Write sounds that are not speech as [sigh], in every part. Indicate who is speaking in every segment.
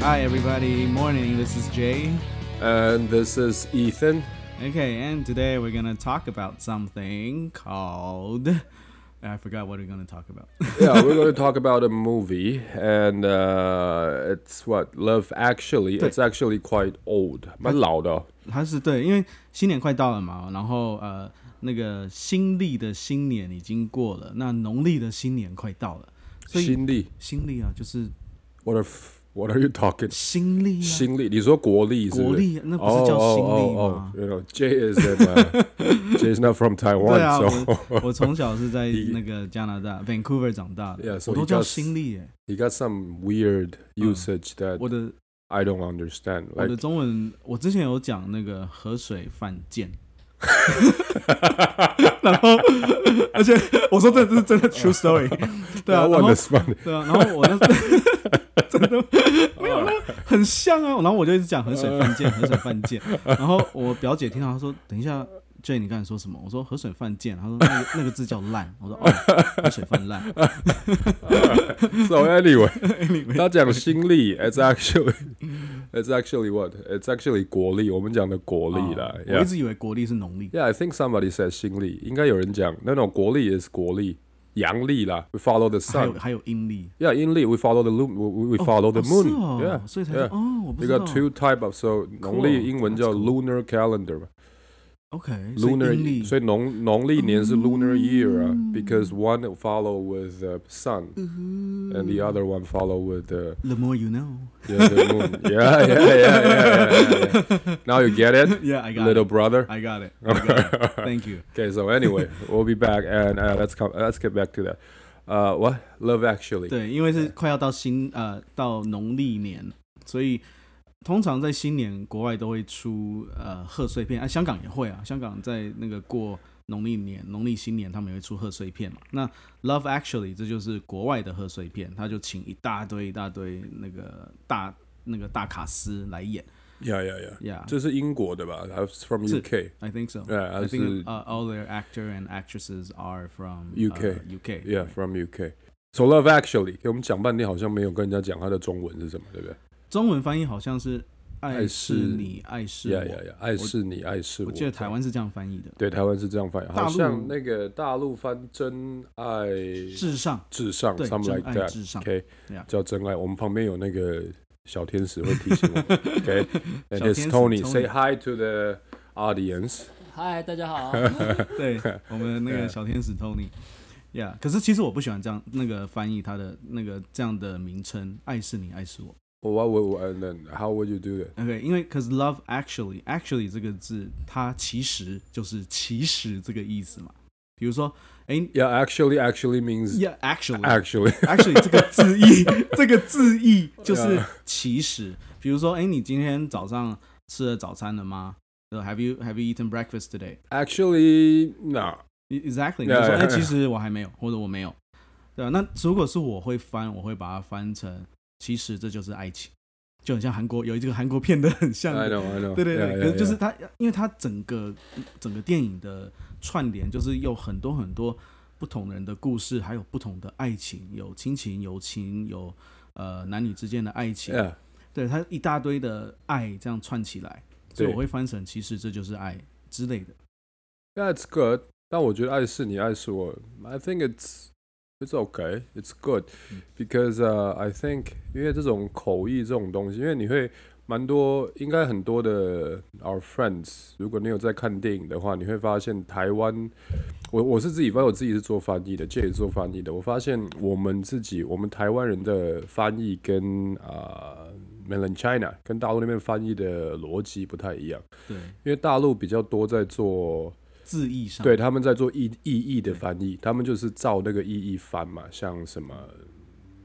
Speaker 1: Hi, everybody. Morning. This is Jay.
Speaker 2: And this is Ethan.
Speaker 1: Okay, and today we're gonna talk about something called. I forgot what we're gonna talk about. [laughs]
Speaker 2: Yeah, we're going to talk about a movie, and uh, it's what Love Actually. It's actually quite old，蛮老的。
Speaker 1: 它是对，因为新年快到了嘛，然后呃，那个新历的新年已经过了，那农历的新年快到了，所以
Speaker 2: 新历
Speaker 1: 新历啊，就是
Speaker 2: ，What are f- What are you talking？
Speaker 1: 新历啊，
Speaker 2: 新历，你说国历是不是？
Speaker 1: 国历那不是
Speaker 2: Oh,
Speaker 1: 叫新历吗
Speaker 2: 哦哦哦哦？You know, Jay is in,
Speaker 1: [laughs]
Speaker 2: uh, Jay is not from
Speaker 1: 对啊，
Speaker 2: Taiwan, so
Speaker 1: 我我从小是在那个加拿大 Vancouver 长大的
Speaker 2: [laughs] Yeah, so
Speaker 1: 我都
Speaker 2: he
Speaker 1: 叫
Speaker 2: does-
Speaker 1: 新历耶，
Speaker 2: he got some weird usage that
Speaker 1: 我的
Speaker 2: I don't understand.
Speaker 1: 我的
Speaker 2: Like
Speaker 1: [laughs]
Speaker 2: [laughs]
Speaker 1: 中文，我之前有讲那个河水犯贱， [laughs] 然后而且我说这这是真的 true story，对 [laughs] 啊，然
Speaker 2: that one
Speaker 1: 后
Speaker 2: is funny.
Speaker 1: 对啊，然后我那 [laughs]
Speaker 2: [laughs]
Speaker 1: 真的没有啦，很像啊，然后我就一直讲河水犯贱，河水犯
Speaker 2: [laughs]
Speaker 1: 贱，然后我表姐听到她说，等一下。J，你刚才说什么？我说河水犯贱，她说那个那个字叫烂，我说哦，河水泛滥。
Speaker 2: [laughs] So
Speaker 1: [laughs]
Speaker 2: anyway.
Speaker 1: 他
Speaker 2: 他讲新历，it's actually [laughs] it's actually what it's actually 国历，我们讲的国历啦。
Speaker 1: 哦我一
Speaker 2: yeah,
Speaker 1: 直以为国历是农历，
Speaker 2: yeah, I think somebody said 新历，应该有人讲 no no 国历 is 国历，阳历啦，we follow the
Speaker 1: 还有
Speaker 2: sun。
Speaker 1: 还有阴历。
Speaker 2: Yeah，阴历 we follow the moon，we we- we follow the
Speaker 1: Oh，哦
Speaker 2: moon
Speaker 1: 是。哦
Speaker 2: Yeah，
Speaker 1: 所以才说
Speaker 2: yeah.
Speaker 1: 哦，我不
Speaker 2: You
Speaker 1: 知道。
Speaker 2: got two type of so 农
Speaker 1: Cool，
Speaker 2: 历英文叫
Speaker 1: that's
Speaker 2: lunar calendar
Speaker 1: OK，所以阴历
Speaker 2: lunar，所以农农历年是 lunar year 啊
Speaker 1: 嗯
Speaker 2: ，because one follow with the sun and the other one follow with the
Speaker 1: The more you know.
Speaker 2: Yeah, the moon. Yeah, yeah, yeah, yeah, yeah, yeah, yeah. Now you get it,
Speaker 1: Yeah, I got
Speaker 2: little
Speaker 1: it.
Speaker 2: brother.
Speaker 1: I got it. I got it. Thank you.
Speaker 2: [laughs] Okay, so anyway, we'll be back, and uh, let's come. Let's get back to that. Uh, what Love Actually?
Speaker 1: 对，因为是快要到新呃到农历年，所以通常在新年国外都会出呃贺岁片，啊，香港也会啊，香港在那个过农历年、农历新年，他们也会出贺岁片嘛。那 Love Actually 这就是国外的贺岁片，他就请一大堆一大堆那个大那个大卡司来演
Speaker 2: Yeah, yeah, yeah.
Speaker 1: ，Yeah。
Speaker 2: 这是英国的吧？That's from
Speaker 1: 是
Speaker 2: UK.
Speaker 1: I think so.
Speaker 2: Yeah,
Speaker 1: I think
Speaker 2: 是
Speaker 1: uh, all their actor and actresses are from
Speaker 2: UK.
Speaker 1: uh, UK.
Speaker 2: Yeah, from UK. So Love Actually，给我们讲半天，好像没有跟人家讲它的中文是什么，对不对
Speaker 1: 中文翻译好像是“爱
Speaker 2: 爱
Speaker 1: 是
Speaker 2: 是
Speaker 1: 你，爱是我
Speaker 2: ？Yeah, yeah, yeah. 爱是你，爱是我。
Speaker 1: 我记得台湾是这样翻译的，
Speaker 2: 对台湾是这样翻译，
Speaker 1: 大
Speaker 2: 好
Speaker 1: 陆
Speaker 2: 像那个大陆翻真爱
Speaker 1: 至上
Speaker 2: 至上
Speaker 1: 对
Speaker 2: ，something
Speaker 1: 真
Speaker 2: like
Speaker 1: 爱
Speaker 2: that。
Speaker 1: 至上
Speaker 2: OK，
Speaker 1: Yeah
Speaker 2: 叫真爱。我们旁边有那个小天使会提醒
Speaker 1: [laughs]
Speaker 2: 我们。OK，and
Speaker 1: 小天
Speaker 2: it's
Speaker 1: 使
Speaker 2: Tony.
Speaker 1: Tony
Speaker 2: Say hi to the audience.
Speaker 3: 嗨，大家
Speaker 2: [laughs]
Speaker 3: 好。
Speaker 1: 对， [laughs] 我们那个小天使 Tony。Yeah，可是其实我不喜欢这样那个翻译它的那个这样的名称，“爱是你，爱是我
Speaker 2: What would and then how would you do it？”
Speaker 1: okay,。OK，因为 cause love actually actually 这个字，它其实就是其实这个意思嘛。比如说，哎、
Speaker 2: Yeah, actually, actually means
Speaker 1: yeah, actually
Speaker 2: actually. [laughs]
Speaker 1: actually 这个字义，这个字义就是其实，比如说，哎、你今天早上吃了早餐了吗呃？Have you Have you eaten breakfast today?
Speaker 2: Actually, no.
Speaker 1: E- Exactly，你就
Speaker 2: Yeah,
Speaker 1: 说，哎、
Speaker 2: yeah,
Speaker 1: 其实我还没有，或者我没有，对啊吧？那如果是我会翻，我会把它翻成，其实这就是爱情，就很像韩国有一个韩国片的很像
Speaker 2: I
Speaker 1: 的
Speaker 2: know, I
Speaker 1: [laughs]
Speaker 2: know.
Speaker 1: 对对对
Speaker 2: Yeah,
Speaker 1: 可是
Speaker 2: yeah,
Speaker 1: 就是
Speaker 2: yeah.
Speaker 1: 它，因为它整个整个电影的串联，就是有很多很多不同人的故事，还有不同的爱情，有亲情、友情，有呃男女之间的爱情
Speaker 2: Yeah.
Speaker 1: 对它一大堆的爱这样串起来，所以
Speaker 2: 对
Speaker 1: 我会翻成其实这就是爱之类的。
Speaker 2: That's good. 但我觉得爱是你，爱是我。I think it's it's okay. It's good because、uh, I think 因为这种口译这种东西，因为你会蛮多，应该很多的 our friends，如果你有在看电影的话，你会发现台湾，我我是自己，因为我自己是做翻译的，这也做翻译的，我发现我们自己，我们台湾人的翻译跟啊、mainland China 跟大陆那边翻译的逻辑不太一样，
Speaker 1: 对，
Speaker 2: 因为大陆比较多在做。
Speaker 1: 字义上，
Speaker 2: 对，他们在做意意义的翻译，他们就是照那个意义翻嘛，像什么。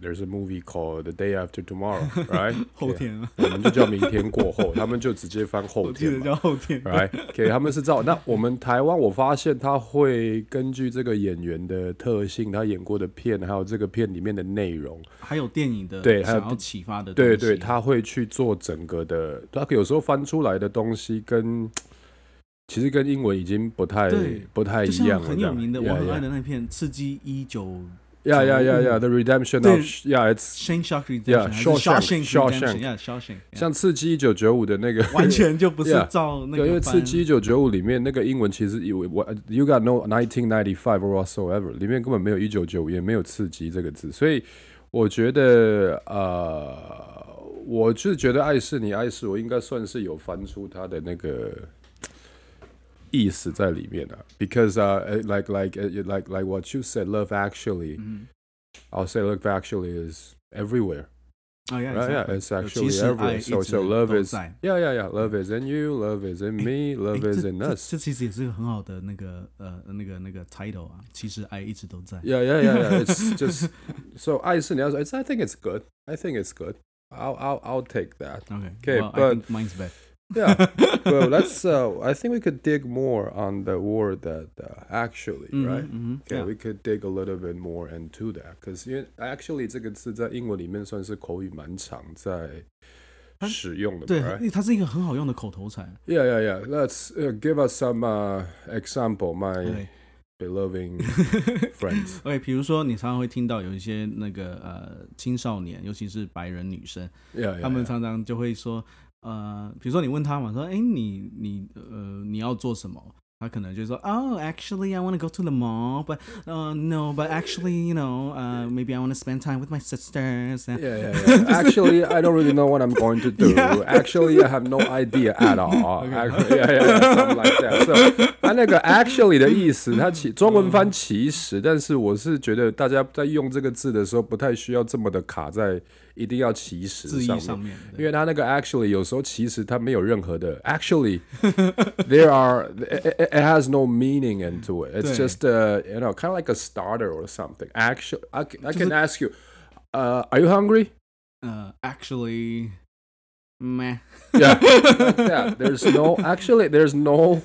Speaker 2: There's a movie called The Day After Tomorrow,
Speaker 1: [laughs]
Speaker 2: right?
Speaker 1: 后，天啊，
Speaker 2: 我们就叫明天过后，他们就直接翻后
Speaker 1: 我记
Speaker 2: 天
Speaker 1: 得
Speaker 2: 嘛。
Speaker 1: 叫 [laughs] 后天。
Speaker 2: right？给他们是照。那我们台湾，我发现他会根据这个演员的特性，他演过的片，还有这个片里面的内容，
Speaker 1: 还有电影的
Speaker 2: 对还有
Speaker 1: 想要启发的东西，
Speaker 2: 对对，他会去做整个的。他有时候翻出来的东西跟其实跟英文已经不太
Speaker 1: 对
Speaker 2: 不太
Speaker 1: 就
Speaker 2: 一样
Speaker 1: 像
Speaker 2: 了。
Speaker 1: 很
Speaker 2: 这
Speaker 1: 有
Speaker 2: 样
Speaker 1: 名的我
Speaker 2: Yeah,
Speaker 1: 很
Speaker 2: yeah
Speaker 1: 爱的那片《刺激一九
Speaker 2: Yeah, yeah, yeah, yeah. The redemption of yeah, it's
Speaker 1: Shane Shark
Speaker 2: Yeah,
Speaker 1: Redemption，Shawshank
Speaker 2: Shawshank，Shawshank
Speaker 1: Redemption，Shawshank，
Speaker 2: 像《刺激一九九五》的那个，
Speaker 1: 完全就不是
Speaker 2: Yeah，
Speaker 1: 照那
Speaker 2: [laughs] 对，因为
Speaker 1: 个
Speaker 2: 《
Speaker 1: 翻
Speaker 2: 刺激一九九五》里面那个英文其实以为我 You got no 1995 whatsoever，里面根本没有一九九五，也没有“刺激”这个字，所以我觉得呃，我是觉得“爱是你，爱是我”应该算是有翻出它的那个意思在里面的、啊、，because 啊、uh, like like like like what you said love actually，I'll、
Speaker 1: 嗯
Speaker 2: say love actually is everywhere。
Speaker 1: 啊呀
Speaker 2: Right, yeah, it's actually
Speaker 1: 其实爱
Speaker 2: everywhere.
Speaker 1: 一
Speaker 2: So,
Speaker 1: 直
Speaker 2: so love
Speaker 1: 都
Speaker 2: is
Speaker 1: 在。
Speaker 2: yeah, yeah, yeah. Love is in you. Love is in [laughs] me. Love
Speaker 1: 诶
Speaker 2: is
Speaker 1: 这
Speaker 2: in
Speaker 1: 这
Speaker 2: us.
Speaker 1: 这其实也是个很好的那个呃那个那个 title 啊，其实爱一直都在。
Speaker 2: Yeah, yeah, yeah, yeah. [laughs] It's just so I see now. It's I think it's good. I think it's good. I'll I'll I'll take that.
Speaker 1: [laughs] OK，
Speaker 2: Okay,
Speaker 1: well, I
Speaker 2: but-
Speaker 1: think mine's
Speaker 2: [laughs]
Speaker 1: bad.
Speaker 2: Yeah. well, [laughs] let's. Uh, I think we could dig more on the word that uh, actually,
Speaker 1: [laughs] 嗯
Speaker 2: right?
Speaker 1: 哼嗯
Speaker 2: Yeah,
Speaker 1: 哼
Speaker 2: we could dig a little bit more into that because actually 这个字在英文里面算是口语蛮常在
Speaker 1: 它
Speaker 2: 使 [laughs] 用的，
Speaker 1: 对，
Speaker 2: right?
Speaker 1: 因为它是一个很好用的口头禅。
Speaker 2: Yeah, yeah, yeah. Let's uh, give us some uh, example, my
Speaker 1: 对 [laughs]
Speaker 2: beloved 哎 [laughs] friends.
Speaker 1: OK，比如说你常常会听到有一些那个呃青少年，尤其是白人女生，
Speaker 2: Yeah, yeah.
Speaker 1: 他们
Speaker 2: yeah.
Speaker 1: 常常就会说，呃，比如说你问他嘛，说，哎，你你呃你要做什么？他可能就说，Oh, actually, I want to go to the mall, but uh no, but actually, you know, uh maybe I want to spend time with my sisters. and- [laughs]
Speaker 2: Yeah, yeah, yeah. Actually, I don't really know what I'm going to do.
Speaker 1: Yeah.
Speaker 2: Actually, I have no idea
Speaker 1: [laughs]
Speaker 2: at all. Actually, yeah, yeah, yeah, something like that. So, 它那个 actually 的意思，它其中文翻其实，但是我是觉得大家在用这个字的时候，不太需要这么的卡在一定要其实
Speaker 1: 字
Speaker 2: 上
Speaker 1: 义
Speaker 2: 面。
Speaker 1: 上面，对
Speaker 2: 因为他那个 actually 有时候其实它没有任何的 actually
Speaker 1: [laughs]
Speaker 2: there are it, it- it has no meaning into it. It's
Speaker 1: 对
Speaker 2: just uh you know kind of like a starter or something. Actually, I can, I can ask you, uh, are you hungry?
Speaker 1: 呃，actually，meh，
Speaker 2: [laughs]
Speaker 1: [laughs]
Speaker 2: Yeah, like that. There's no actually there's no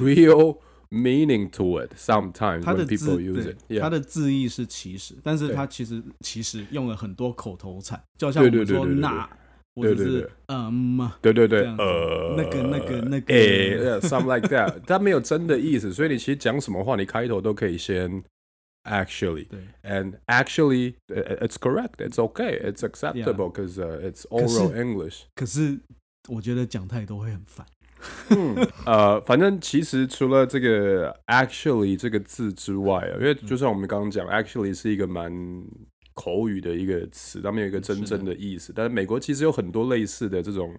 Speaker 2: real meaning to it. Sometimes
Speaker 1: 它的
Speaker 2: when
Speaker 1: 字
Speaker 2: people use
Speaker 1: 对
Speaker 2: it,
Speaker 1: 它
Speaker 2: yeah.
Speaker 1: 的字义是其实，但是
Speaker 2: 对
Speaker 1: 它其实其实用了很多口头禅，就好像我
Speaker 2: 对
Speaker 1: 们
Speaker 2: 对对
Speaker 1: 说
Speaker 2: 对对
Speaker 1: 那，或
Speaker 2: 对
Speaker 1: 者
Speaker 2: 对
Speaker 1: 是
Speaker 2: 对
Speaker 1: 嗯嘛，
Speaker 2: 对对对
Speaker 1: 这，样子
Speaker 2: 呃，
Speaker 1: 那个那个那个
Speaker 2: 诶、s o m e like that，它 [laughs] 没有真的意思，所以你其实讲什么话，你开头都可以先 actually
Speaker 1: 对。
Speaker 2: and actually uh, it's correct, it's okay, it's acceptable because、it's
Speaker 1: 可是
Speaker 2: oral English
Speaker 1: 可是我觉得讲太多会很烦。 [laughs]
Speaker 2: 嗯。呃，反正其实除了这个 actually 这个字之外啊，因为
Speaker 1: 嗯
Speaker 2: 就像我们刚刚讲，actually 是一个蛮口语的一个词，它没有一个真正的意思。但是美国其实有很多类似的这种。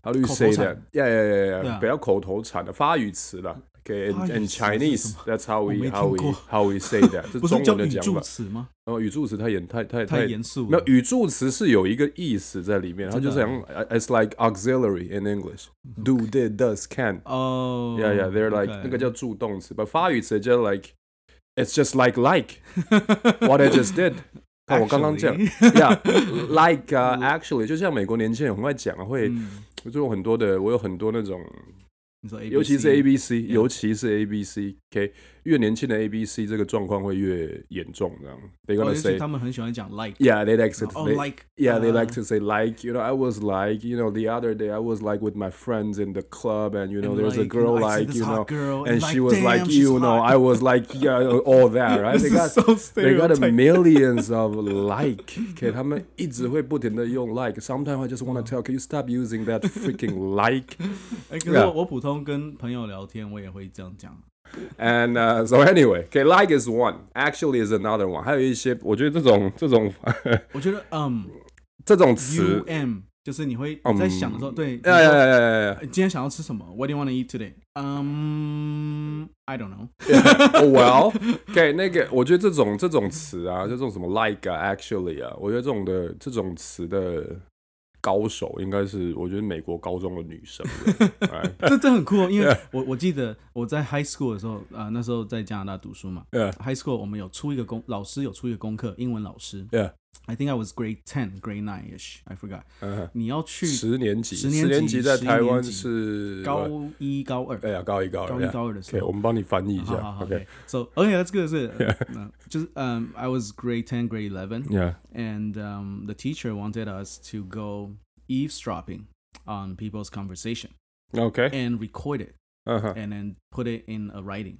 Speaker 2: How do you
Speaker 1: 口头
Speaker 2: say
Speaker 1: 禅
Speaker 2: that? Yeah, yeah, yeah,
Speaker 1: 对
Speaker 2: yeah.
Speaker 1: 啊
Speaker 2: 不要口头禅的发语词了。Okay,
Speaker 1: 发
Speaker 2: in,
Speaker 1: 语
Speaker 2: in
Speaker 1: 词是什
Speaker 2: Chinese,
Speaker 1: 么
Speaker 2: that's how
Speaker 1: 我
Speaker 2: we
Speaker 1: 没
Speaker 2: how
Speaker 1: 听
Speaker 2: we
Speaker 1: 过
Speaker 2: how we say that.
Speaker 1: [laughs]
Speaker 2: 这
Speaker 1: 不
Speaker 2: 中
Speaker 1: 是叫
Speaker 2: 文的
Speaker 1: 语
Speaker 2: 讲
Speaker 1: 助
Speaker 2: 法。
Speaker 1: 词吗？
Speaker 2: 哦，语助词太严太太
Speaker 1: 太严肃
Speaker 2: 没
Speaker 1: 了
Speaker 2: 有。语助词是有一个意思在里面，它
Speaker 1: 真
Speaker 2: 就
Speaker 1: 的啊
Speaker 2: 是像 it's like auxiliary in English, do did does can.
Speaker 1: 嗯哦
Speaker 2: Yeah, yeah, they're like 那个叫助动词，but 发语词就 like it's just like like
Speaker 1: [laughs]
Speaker 2: what I just did。看我哦刚刚讲，Yeah,
Speaker 1: [laughs]
Speaker 2: like 啊、actually，就像美国年轻人很爱讲啊，会
Speaker 1: 嗯，
Speaker 2: 就有很多的，我有很多那种，
Speaker 1: 你说 A，
Speaker 2: 尤其是 A B C，
Speaker 1: Yeah
Speaker 2: 尤其是 A B C，OK，越年轻的 A B C 这个状况会越严重，这样。They
Speaker 1: 哦，
Speaker 2: gonna
Speaker 1: 尤其
Speaker 2: say
Speaker 1: 他们很喜欢讲 like，
Speaker 2: Yeah, they like to
Speaker 1: 然后哦
Speaker 2: they-
Speaker 1: like，
Speaker 2: yeah, they like
Speaker 1: [laughs] 呃
Speaker 2: to say like, you know, I was like, you know, the other day I was like with my friends in the club and you know,
Speaker 1: and
Speaker 2: there's a
Speaker 1: like, you know,
Speaker 2: girl
Speaker 1: I see
Speaker 2: like,
Speaker 1: this
Speaker 2: you
Speaker 1: hot
Speaker 2: know,
Speaker 1: girl,
Speaker 2: and she was
Speaker 1: damn,
Speaker 2: like,
Speaker 1: she's
Speaker 2: you know,
Speaker 1: hot.
Speaker 2: I was like, yeah, all that, right? They
Speaker 1: This is
Speaker 2: got
Speaker 1: so
Speaker 2: they got a
Speaker 1: stereotype. [laughs]
Speaker 2: millions of like. Okay, 他们一直会不停的用 like. Sometimes I just want to tell, can you stop using that freaking like?
Speaker 1: 哎，可是
Speaker 2: Yeah
Speaker 1: 我我普通跟朋友聊天，我也会这样讲。
Speaker 2: And uh, so anyway, okay, like is one, actually is another one. 还有一些，我觉得这种这种 [laughs]
Speaker 1: 我觉得嗯
Speaker 2: 这种词
Speaker 1: ，U，M 就是你会你在想的时候，对，
Speaker 2: 哎呀呀呀呀呀！
Speaker 1: 呃今天想要吃什么？What do you want to eat today？嗯，I don't know。 [laughs]
Speaker 2: [laughs] Oh well, OK，那个我觉得这种这种词啊，就这种什么 like 啊、actually 啊，我觉得这种的这种词的高手应该是我觉得美国高中的女生们，哎
Speaker 1: 这这很酷哦，因为
Speaker 2: 啊
Speaker 1: 我我记得我在 high school 的时候，啊、那时候在加拿大读书嘛
Speaker 2: Yeah.
Speaker 1: high school 我们有出一个功，老师有出一个功课，英文老师
Speaker 2: Yeah.
Speaker 1: I think I was grade ten, grade nine ish, I forgot。
Speaker 2: 嗯
Speaker 1: 你要 [laughs] 去
Speaker 2: 十年级，
Speaker 1: 十年级
Speaker 2: 十年级在
Speaker 1: 十一
Speaker 2: 台湾
Speaker 1: 年级
Speaker 2: 是
Speaker 1: 高一、高二、
Speaker 2: 哎呀高一高二
Speaker 1: 高一、高二的时
Speaker 2: ，OK，
Speaker 1: 候
Speaker 2: 我。们帮你翻译一
Speaker 1: 好
Speaker 2: 下
Speaker 1: 好好
Speaker 2: ，OK，
Speaker 1: ，OK，So OK，that's good，that's
Speaker 2: [laughs]
Speaker 1: good，那就是嗯，I was grade ten, grade eleven,
Speaker 2: yeah，
Speaker 1: and um the teacher wanted us to go eavesdropping on people's conversation
Speaker 2: OK，
Speaker 1: and record it
Speaker 2: 嗯哼
Speaker 1: and then put it in a writing.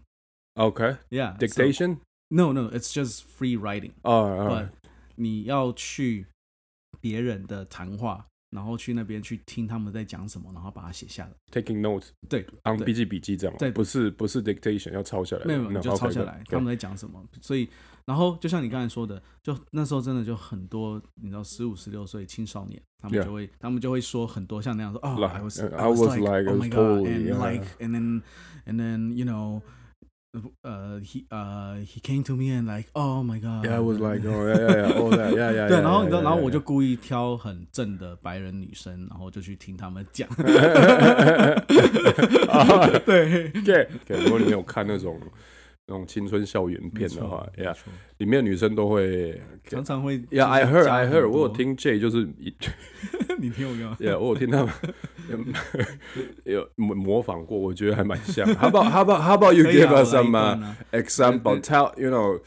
Speaker 2: ，OK，
Speaker 1: Yeah, so-
Speaker 2: dictation
Speaker 1: No, no, it's just free writing.
Speaker 2: 啊啊
Speaker 1: But 你要去别人的谈话，然后去那边去听他们在讲什么，然后把它写下来。
Speaker 2: ，taking notes
Speaker 1: 对，
Speaker 2: on
Speaker 1: 对
Speaker 2: 笔记笔记这样吗，啊
Speaker 1: 对
Speaker 2: 不是不是 dictation 要抄下来的，
Speaker 1: 没有，没有你
Speaker 2: No，
Speaker 1: 就抄
Speaker 2: OK，
Speaker 1: 下
Speaker 2: good，
Speaker 1: 来
Speaker 2: good
Speaker 1: 他们在讲什么。所以，然后就像你刚才说的，就那时候真的就很多，你知道，十五、十六岁青少年，他们
Speaker 2: Yeah.
Speaker 1: 就会，他们就会说很多像那样说，哦
Speaker 2: Like,
Speaker 1: ，I was,
Speaker 2: uh,
Speaker 1: I was
Speaker 2: I was
Speaker 1: like,
Speaker 2: like, I
Speaker 1: oh
Speaker 2: was
Speaker 1: my
Speaker 2: totally,
Speaker 1: god，and
Speaker 2: yeah.
Speaker 1: like, and then, and then, you know. Uh, he uh he came to me and like, oh my god.
Speaker 2: Yeah, I was like, oh yeah, yeah, yeah, all that, yeah, yeah.
Speaker 1: [laughs] 对，
Speaker 2: yeah,
Speaker 1: 然后你知
Speaker 2: yeah,
Speaker 1: 道，然后
Speaker 2: yeah,
Speaker 1: 我就
Speaker 2: yeah.
Speaker 1: 故意挑很正的白人女生，然后就去听他们
Speaker 2: [laughs]
Speaker 1: 讲。 [laughs]
Speaker 2: 啊
Speaker 1: 对，
Speaker 2: OK，OK，如果你没有看那种那种青春校园片的话
Speaker 1: 没错
Speaker 2: ，Yeah，
Speaker 1: 没错
Speaker 2: 里面的女生都会
Speaker 1: 常常会。
Speaker 2: ，Yeah，I heard，I
Speaker 1: 加很
Speaker 2: heard，我有
Speaker 1: 多，
Speaker 2: 听 J 就是一
Speaker 1: [laughs] 你听我干嘛？
Speaker 2: ，Yeah，我有听他们有有模模仿过，我觉得还蛮像。How about How about How about you
Speaker 1: [laughs] 可以
Speaker 2: give
Speaker 1: 啊我
Speaker 2: us
Speaker 1: 来一
Speaker 2: some
Speaker 1: 段
Speaker 2: uh,
Speaker 1: 啊
Speaker 2: example? Tell you know.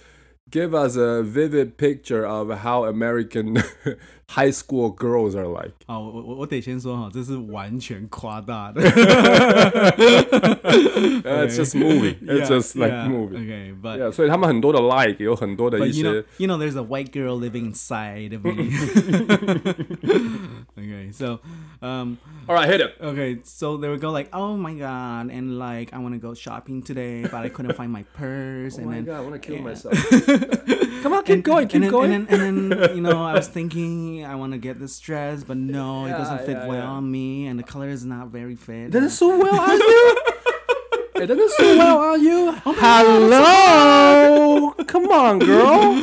Speaker 2: Give us a vivid picture of how American [laughs] high school girls are
Speaker 1: [laughs]
Speaker 2: like.
Speaker 1: 好，我我我得先说哈，这是完全夸大的。
Speaker 2: Uh, [laughs] It's just
Speaker 1: [laughs]
Speaker 2: movie. It's just like movie.
Speaker 1: Okay, but
Speaker 2: Yeah，所以他们很多的 like 有很多的一
Speaker 1: but you
Speaker 2: 些
Speaker 1: know you know there's a white girl living inside of
Speaker 2: [laughs]
Speaker 1: me. [laughs] okay, so um.
Speaker 2: All right, hit it.
Speaker 1: Okay, so they would go like, "Oh my god," and like, "I want to go shopping today, but I couldn't find my purse." and then,
Speaker 2: I want to kill
Speaker 1: yeah.
Speaker 2: myself. Come on, keep
Speaker 1: and,
Speaker 2: going, keep
Speaker 1: and then,
Speaker 2: going.
Speaker 1: And then, and then, you know, I was thinking I want to get this dress, but no, it doesn't
Speaker 2: Yeah,
Speaker 1: fit
Speaker 2: yeah,
Speaker 1: well
Speaker 2: yeah.
Speaker 1: on me, and the color is not very fit.
Speaker 2: Doesn't so well are you? It doesn't so well are you? Hello, come on, girl.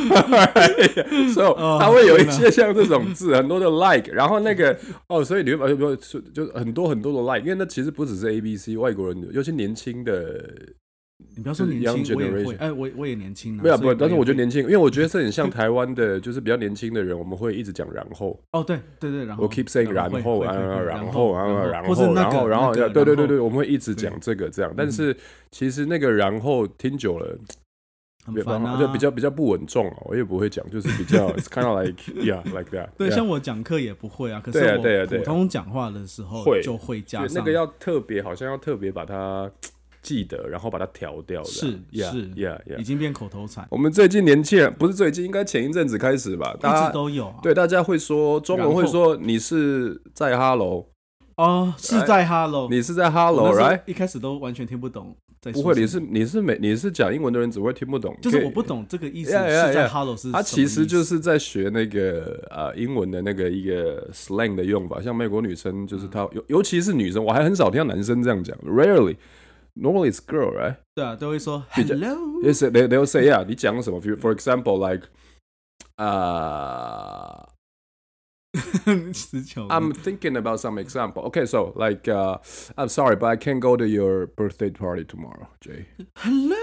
Speaker 2: so 它会有一些像这种字，很多的 like，然后那个哦，所以你会发现，不是就就很多很多的 like，因为那其实不只是 A B C，外国人尤其年轻的
Speaker 1: 你不要说年轻，
Speaker 2: Young
Speaker 1: 我也会，
Speaker 2: generation
Speaker 1: 哎，我我也年轻啊。
Speaker 2: 没有
Speaker 1: 所以
Speaker 2: 不，但是
Speaker 1: 也
Speaker 2: 我觉得
Speaker 1: 会
Speaker 2: 年轻，因为我觉得这很像台湾的，就是比较年轻的人，我们会一直讲然后，
Speaker 1: 哦，对对对，然后
Speaker 2: 我 keep saying 然
Speaker 1: 会
Speaker 2: 后
Speaker 1: 会
Speaker 2: 啊，
Speaker 1: 会会
Speaker 2: 然
Speaker 1: 然后
Speaker 2: 后啊，然
Speaker 1: 或是
Speaker 2: 后
Speaker 1: 那
Speaker 2: 然后
Speaker 1: 个
Speaker 2: 然后
Speaker 1: 那个
Speaker 2: 对对对
Speaker 1: 然后
Speaker 2: 对，我们会一直
Speaker 1: 对嗯
Speaker 2: 讲这个这样，但是其实那个然后听久了
Speaker 1: 很
Speaker 2: 没有办
Speaker 1: 烦
Speaker 2: 法，
Speaker 1: 啊，
Speaker 2: 就比较比较不稳重哦，我也不会讲，就是比
Speaker 1: [laughs]
Speaker 2: 较 it's kind of like yeah like that，
Speaker 1: 对，
Speaker 2: yeah
Speaker 1: 像我讲课也不会啊，可是
Speaker 2: 对啊对啊
Speaker 1: 我
Speaker 2: 对啊
Speaker 1: 普通讲话的时候
Speaker 2: 会
Speaker 1: 就会加
Speaker 2: 对
Speaker 1: 上
Speaker 2: 那个要特别，好像要特别把它记得，然后把它调掉这样，
Speaker 1: 是是
Speaker 2: yeah yeah
Speaker 1: 已
Speaker 2: yeah。
Speaker 1: 经变口头禅，
Speaker 2: 我们最近年轻人不是最近，应该前一阵子开始吧，大
Speaker 1: 一
Speaker 2: 家
Speaker 1: 直都有啊。
Speaker 2: 对，大家会说中文
Speaker 1: 然后
Speaker 2: 会说你是在哈喽，
Speaker 1: 哦，是在 Hello，
Speaker 2: 你是在哈喽
Speaker 1: 我那时候
Speaker 2: right？
Speaker 1: 一开始都完全听不懂在
Speaker 2: 不
Speaker 1: 说
Speaker 2: 会，
Speaker 1: 什么
Speaker 2: 你是你是美你是讲英文的人只会听不懂，
Speaker 1: 就是
Speaker 2: 可以
Speaker 1: 我不。懂这个意思
Speaker 2: Yeah, yeah,
Speaker 1: 是在
Speaker 2: yeah.
Speaker 1: Hello 是
Speaker 2: 他
Speaker 1: 什么
Speaker 2: 其实就
Speaker 1: 意思
Speaker 2: 是在学那个呃英文的那个一个 slang 的用法，像美国女生就是
Speaker 1: 嗯
Speaker 2: 她尤尤其是女生，我还很少听到男生这样讲，rarely。Normally it's girl, right?
Speaker 1: 对啊，都会说
Speaker 2: 比较
Speaker 1: Hello，
Speaker 2: They say- they they'll say yeah. 你讲什么？For for example, like, uh,
Speaker 1: [laughs] 词穷
Speaker 2: I'm thinking about some example. Okay, so like, uh, I'm sorry, but I can't go to your birthday party tomorrow, Jay.
Speaker 1: Hello，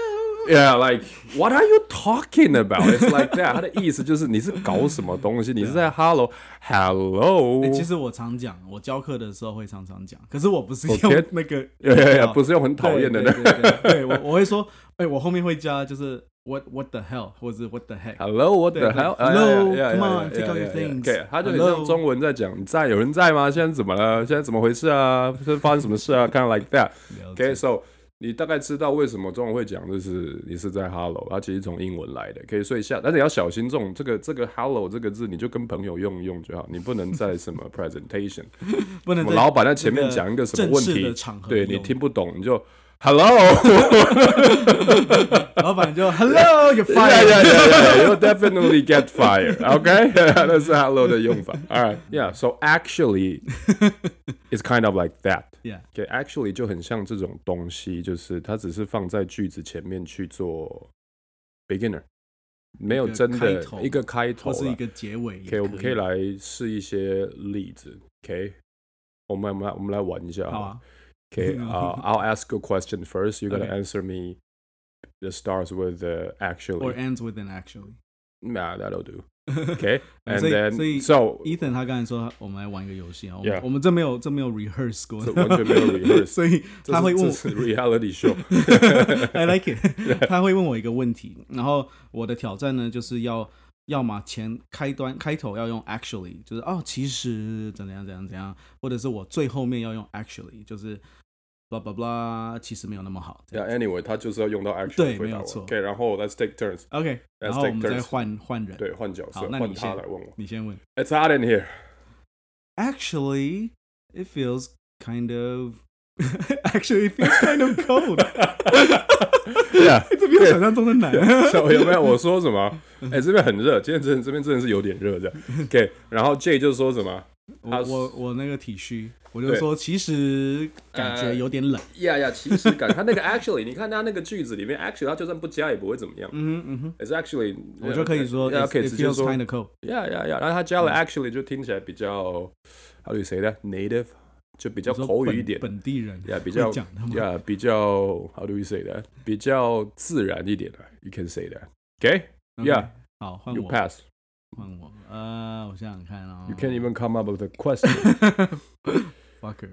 Speaker 2: Yeah, like what are you talking about? It's like that. 它的意思就是你是搞什么东西？你是在 hello hello？
Speaker 1: 欸其实我常讲，我教课的时候会常常讲，可是我不是
Speaker 2: 我
Speaker 1: 用
Speaker 2: 天，
Speaker 1: 那个
Speaker 2: 呀呀呀，
Speaker 1: 哦
Speaker 2: 不是用很讨厌的那
Speaker 1: 对对对对对我我会说，哎，我后面会加就是 What What the hell，或者是 What the heck。
Speaker 2: hello what
Speaker 1: 对
Speaker 2: the hell？
Speaker 1: hello，
Speaker 2: 哎呀呀呀
Speaker 1: come on，
Speaker 2: 呀
Speaker 1: take
Speaker 2: 呀
Speaker 1: out your
Speaker 2: 呀呀
Speaker 1: things
Speaker 2: OK，它就很
Speaker 1: hello
Speaker 2: 像中文在讲，你在有人在吗？现在怎么了？现在怎么回事啊？是发生什么事啊？Kind of like that。
Speaker 1: 了解
Speaker 2: OK，so 你大概知道为什么中文会讲，就是你是在 hello，它其实从英文来的。可以，所以下，但是你要小心这种这个这个 hello 这个字，你就跟朋友用一用就好，你不能
Speaker 1: [laughs]
Speaker 2: 在什么 presentation。
Speaker 1: 不能
Speaker 2: 我
Speaker 1: 在
Speaker 2: 老板在前面
Speaker 1: 那
Speaker 2: 讲一个什么
Speaker 1: 正
Speaker 2: 问
Speaker 1: 式
Speaker 2: 题
Speaker 1: 的场合，
Speaker 2: 对你
Speaker 1: 用
Speaker 2: 听不懂你就 Hello，
Speaker 1: 老板就 Hello you're
Speaker 2: yeah
Speaker 1: fired，
Speaker 2: [laughs] yeah yeah yeah，you definitely get fired。OK，那 [laughs] 是 Hello 的用法。All right，yeah，so actually
Speaker 1: [laughs]
Speaker 2: it's kind of like that。
Speaker 1: Yeah
Speaker 2: OK，actually 就很像这种东西，就是它只是放在句子前面去做 beginner，没有
Speaker 1: 一个
Speaker 2: 真
Speaker 1: 开
Speaker 2: 的
Speaker 1: 头
Speaker 2: 一个开头
Speaker 1: 或是
Speaker 2: 啦
Speaker 1: 一个结尾也
Speaker 2: OK，我们可
Speaker 1: 可
Speaker 2: 以来试一些例子。OK，我们我们来我们来玩一下。
Speaker 1: 好啊。 [laughs]
Speaker 2: Okay, uh, I'll ask a question first. You gotta
Speaker 1: Okay.
Speaker 2: answer me. That starts with uh,
Speaker 1: or
Speaker 2: actually.
Speaker 1: ends with an actually。
Speaker 2: Nah, that'll do.
Speaker 1: [laughs]
Speaker 2: Okay, and
Speaker 1: So-
Speaker 2: then
Speaker 1: so-
Speaker 2: so
Speaker 1: Ethan 他刚才说，我们来玩一个游戏啊，我
Speaker 2: Yeah
Speaker 1: 们我们这没有这没有 rehearse 过
Speaker 2: 这，完全没有 rehearse
Speaker 1: [laughs] 所以
Speaker 2: 这
Speaker 1: 他
Speaker 2: 是
Speaker 1: 会问
Speaker 2: 这
Speaker 1: 我
Speaker 2: 是 reality show.
Speaker 1: [laughs] I like it，他会问我一个问题，然后我的挑战呢就是要。要么前开端开头要用 actually，就是哦，其实怎样怎样怎样，或者是我最后面要用 actually，就是 blah blah blah，其实没有那么好。这样
Speaker 2: [laughs] Yeah, anyway，他就是要用到 action
Speaker 1: 对
Speaker 2: 回答
Speaker 1: 没有
Speaker 2: 我
Speaker 1: 错
Speaker 2: OK，然后 let's take turns，
Speaker 1: OK，然后
Speaker 2: take
Speaker 1: 我们再
Speaker 2: turns
Speaker 1: 换换人。
Speaker 2: 对，换角色，
Speaker 1: 好那
Speaker 2: 换
Speaker 1: 你
Speaker 2: 他
Speaker 1: 先
Speaker 2: 来问我。
Speaker 1: 你先问。
Speaker 2: It's hot in here.
Speaker 1: Actually, it feels kind of. [laughs] Actually, it feels kind of cold.
Speaker 2: [laughs] Yeah.
Speaker 1: [laughs] 这比我想象中的
Speaker 2: [laughs]
Speaker 1: 难。
Speaker 2: So, 有
Speaker 1: [laughs]
Speaker 2: 没有我说什么？
Speaker 1: 嗯
Speaker 2: 哎、这边很热，今天真的这边真的是有点热
Speaker 1: [laughs]
Speaker 2: 这样。OK，然后 J 就说什么
Speaker 1: 我我我那个体虚，我就说其实感觉
Speaker 2: 呃
Speaker 1: 有点冷。
Speaker 2: ？Yeah yeah，其实感他那个 [laughs] actually，你看他那个句子里面 actually，他就算不加也不会怎么样。
Speaker 1: 嗯哼嗯哼，
Speaker 2: It's actually，
Speaker 1: 我就可以说
Speaker 2: yeah,
Speaker 1: it
Speaker 2: OK，
Speaker 1: it
Speaker 2: 直接
Speaker 1: feels
Speaker 2: 说
Speaker 1: kind of cold。
Speaker 2: Yeah yeah yeah，然后他加了 actually 就听起来比较，how do you say that？native 就比较
Speaker 1: 你说
Speaker 2: 口语一
Speaker 1: 本
Speaker 2: 点。
Speaker 1: 本地人
Speaker 2: Yeah，比较
Speaker 1: 会讲的吗
Speaker 2: Yeah，比较 how do you say that？比较自然一点的，you can say that。OK，you、
Speaker 1: OK，
Speaker 2: yeah
Speaker 1: 好，换我
Speaker 2: pass。
Speaker 1: 换我。呃，我想想看啊。
Speaker 2: You can't even come up with a question.
Speaker 1: [laughs] fucker。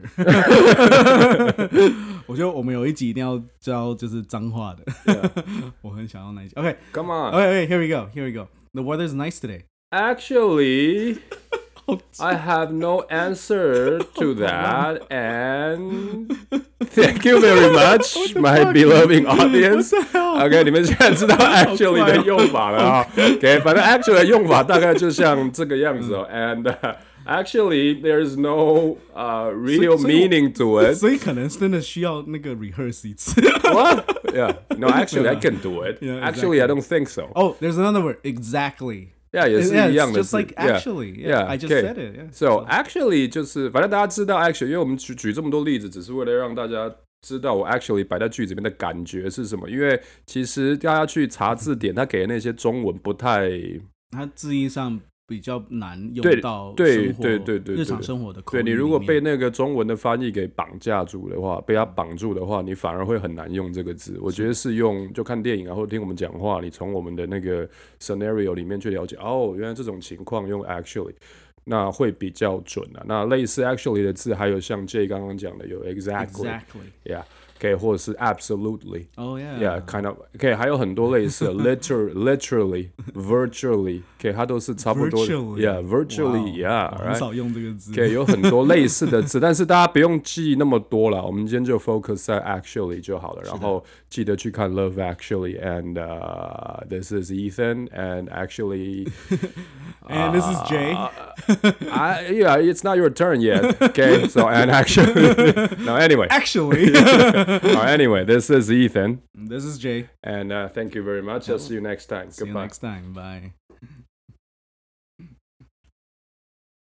Speaker 1: 我觉得我们有一集一定要教就是脏话的 [laughs] 我很想要那一集。OK
Speaker 2: Come
Speaker 1: [laughs]
Speaker 2: on.
Speaker 1: OK Here we go Here we go The weather's nice today.
Speaker 2: Actually,
Speaker 1: 好
Speaker 2: I have no answer
Speaker 1: [laughs]
Speaker 2: to that. And thank you very much, my beloved audience.
Speaker 1: [laughs]
Speaker 2: OK，你们现在知道 actually 的用法了啊、OK，反正 actually 的用法大概就像这个样子哦。And、actually, there's no uh,
Speaker 1: 所以
Speaker 2: real
Speaker 1: 所以我
Speaker 2: meaning to it.
Speaker 1: [laughs] 所以可能真的需要那个 rehearse 一次。 [laughs]
Speaker 2: What? Yeah. No, actually, I can do it.
Speaker 1: Yeah,
Speaker 2: Actually, I don't think so.
Speaker 1: Oh, there's another word. Exactly.
Speaker 2: Yeah，也是
Speaker 1: Yeah,
Speaker 2: 一样
Speaker 1: it's
Speaker 2: 的
Speaker 1: just
Speaker 2: 字。
Speaker 1: like
Speaker 2: Yeah,
Speaker 1: actually,
Speaker 2: yeah,
Speaker 1: yeah, I just
Speaker 2: okay.
Speaker 1: said it, yeah,
Speaker 2: So actually 就是，反正大家知道 actually，因为我们举举这么多例子，只是为了让大家知道我 actually 摆在句子里面的感觉是什么。因为其实大家去查字典，它给的那些中文不太
Speaker 1: 它字义上比较难
Speaker 2: 对
Speaker 1: 用到
Speaker 2: 对
Speaker 1: 生活
Speaker 2: 对对对
Speaker 1: 日
Speaker 2: 对
Speaker 1: 常生活的口语
Speaker 2: 对
Speaker 1: 里面。
Speaker 2: 你如果被那个中文的翻译给绑架住的话，被它绑住的话，你反而会很难用这个字。我觉得是用就看电影啊，或者听我们讲话，你从我们的那个 scenario 里面去了解，哦，原来这种情况用 actually，那会比较准啊。那类似 actually 的字，还有像 J 刚刚讲的有 exactly，yeah，
Speaker 1: exactly,
Speaker 2: 可以或者是 absolutely。
Speaker 1: oh yeah,
Speaker 2: Yeah，kind of。OK，还有很多类似的啊，liter、literally、virtually。OK，它都是差不多的。
Speaker 1: Virtually
Speaker 2: Yeah，virtually，Yeah，
Speaker 1: 我
Speaker 2: right。
Speaker 1: 很少用这个字。
Speaker 2: OK，有很多类似的字， [laughs] 但是大家不用记那么多了。我们今天就 focus 在 actually 就好了，然后记得去看 Love Actually and、uh, this is Ethan and actually
Speaker 1: [laughs] And this is
Speaker 2: [laughs]
Speaker 1: Jay.
Speaker 2: Ah. I yeah it's not your turn yet. [laughs] Okay, so and actually [laughs] no anyway
Speaker 1: Actually,
Speaker 2: no, anyway this is Ethan
Speaker 1: this is Jay.
Speaker 2: and、uh, thank you very much. I'll see you next time.
Speaker 1: See you
Speaker 2: Goodbye.
Speaker 1: next time. Bye.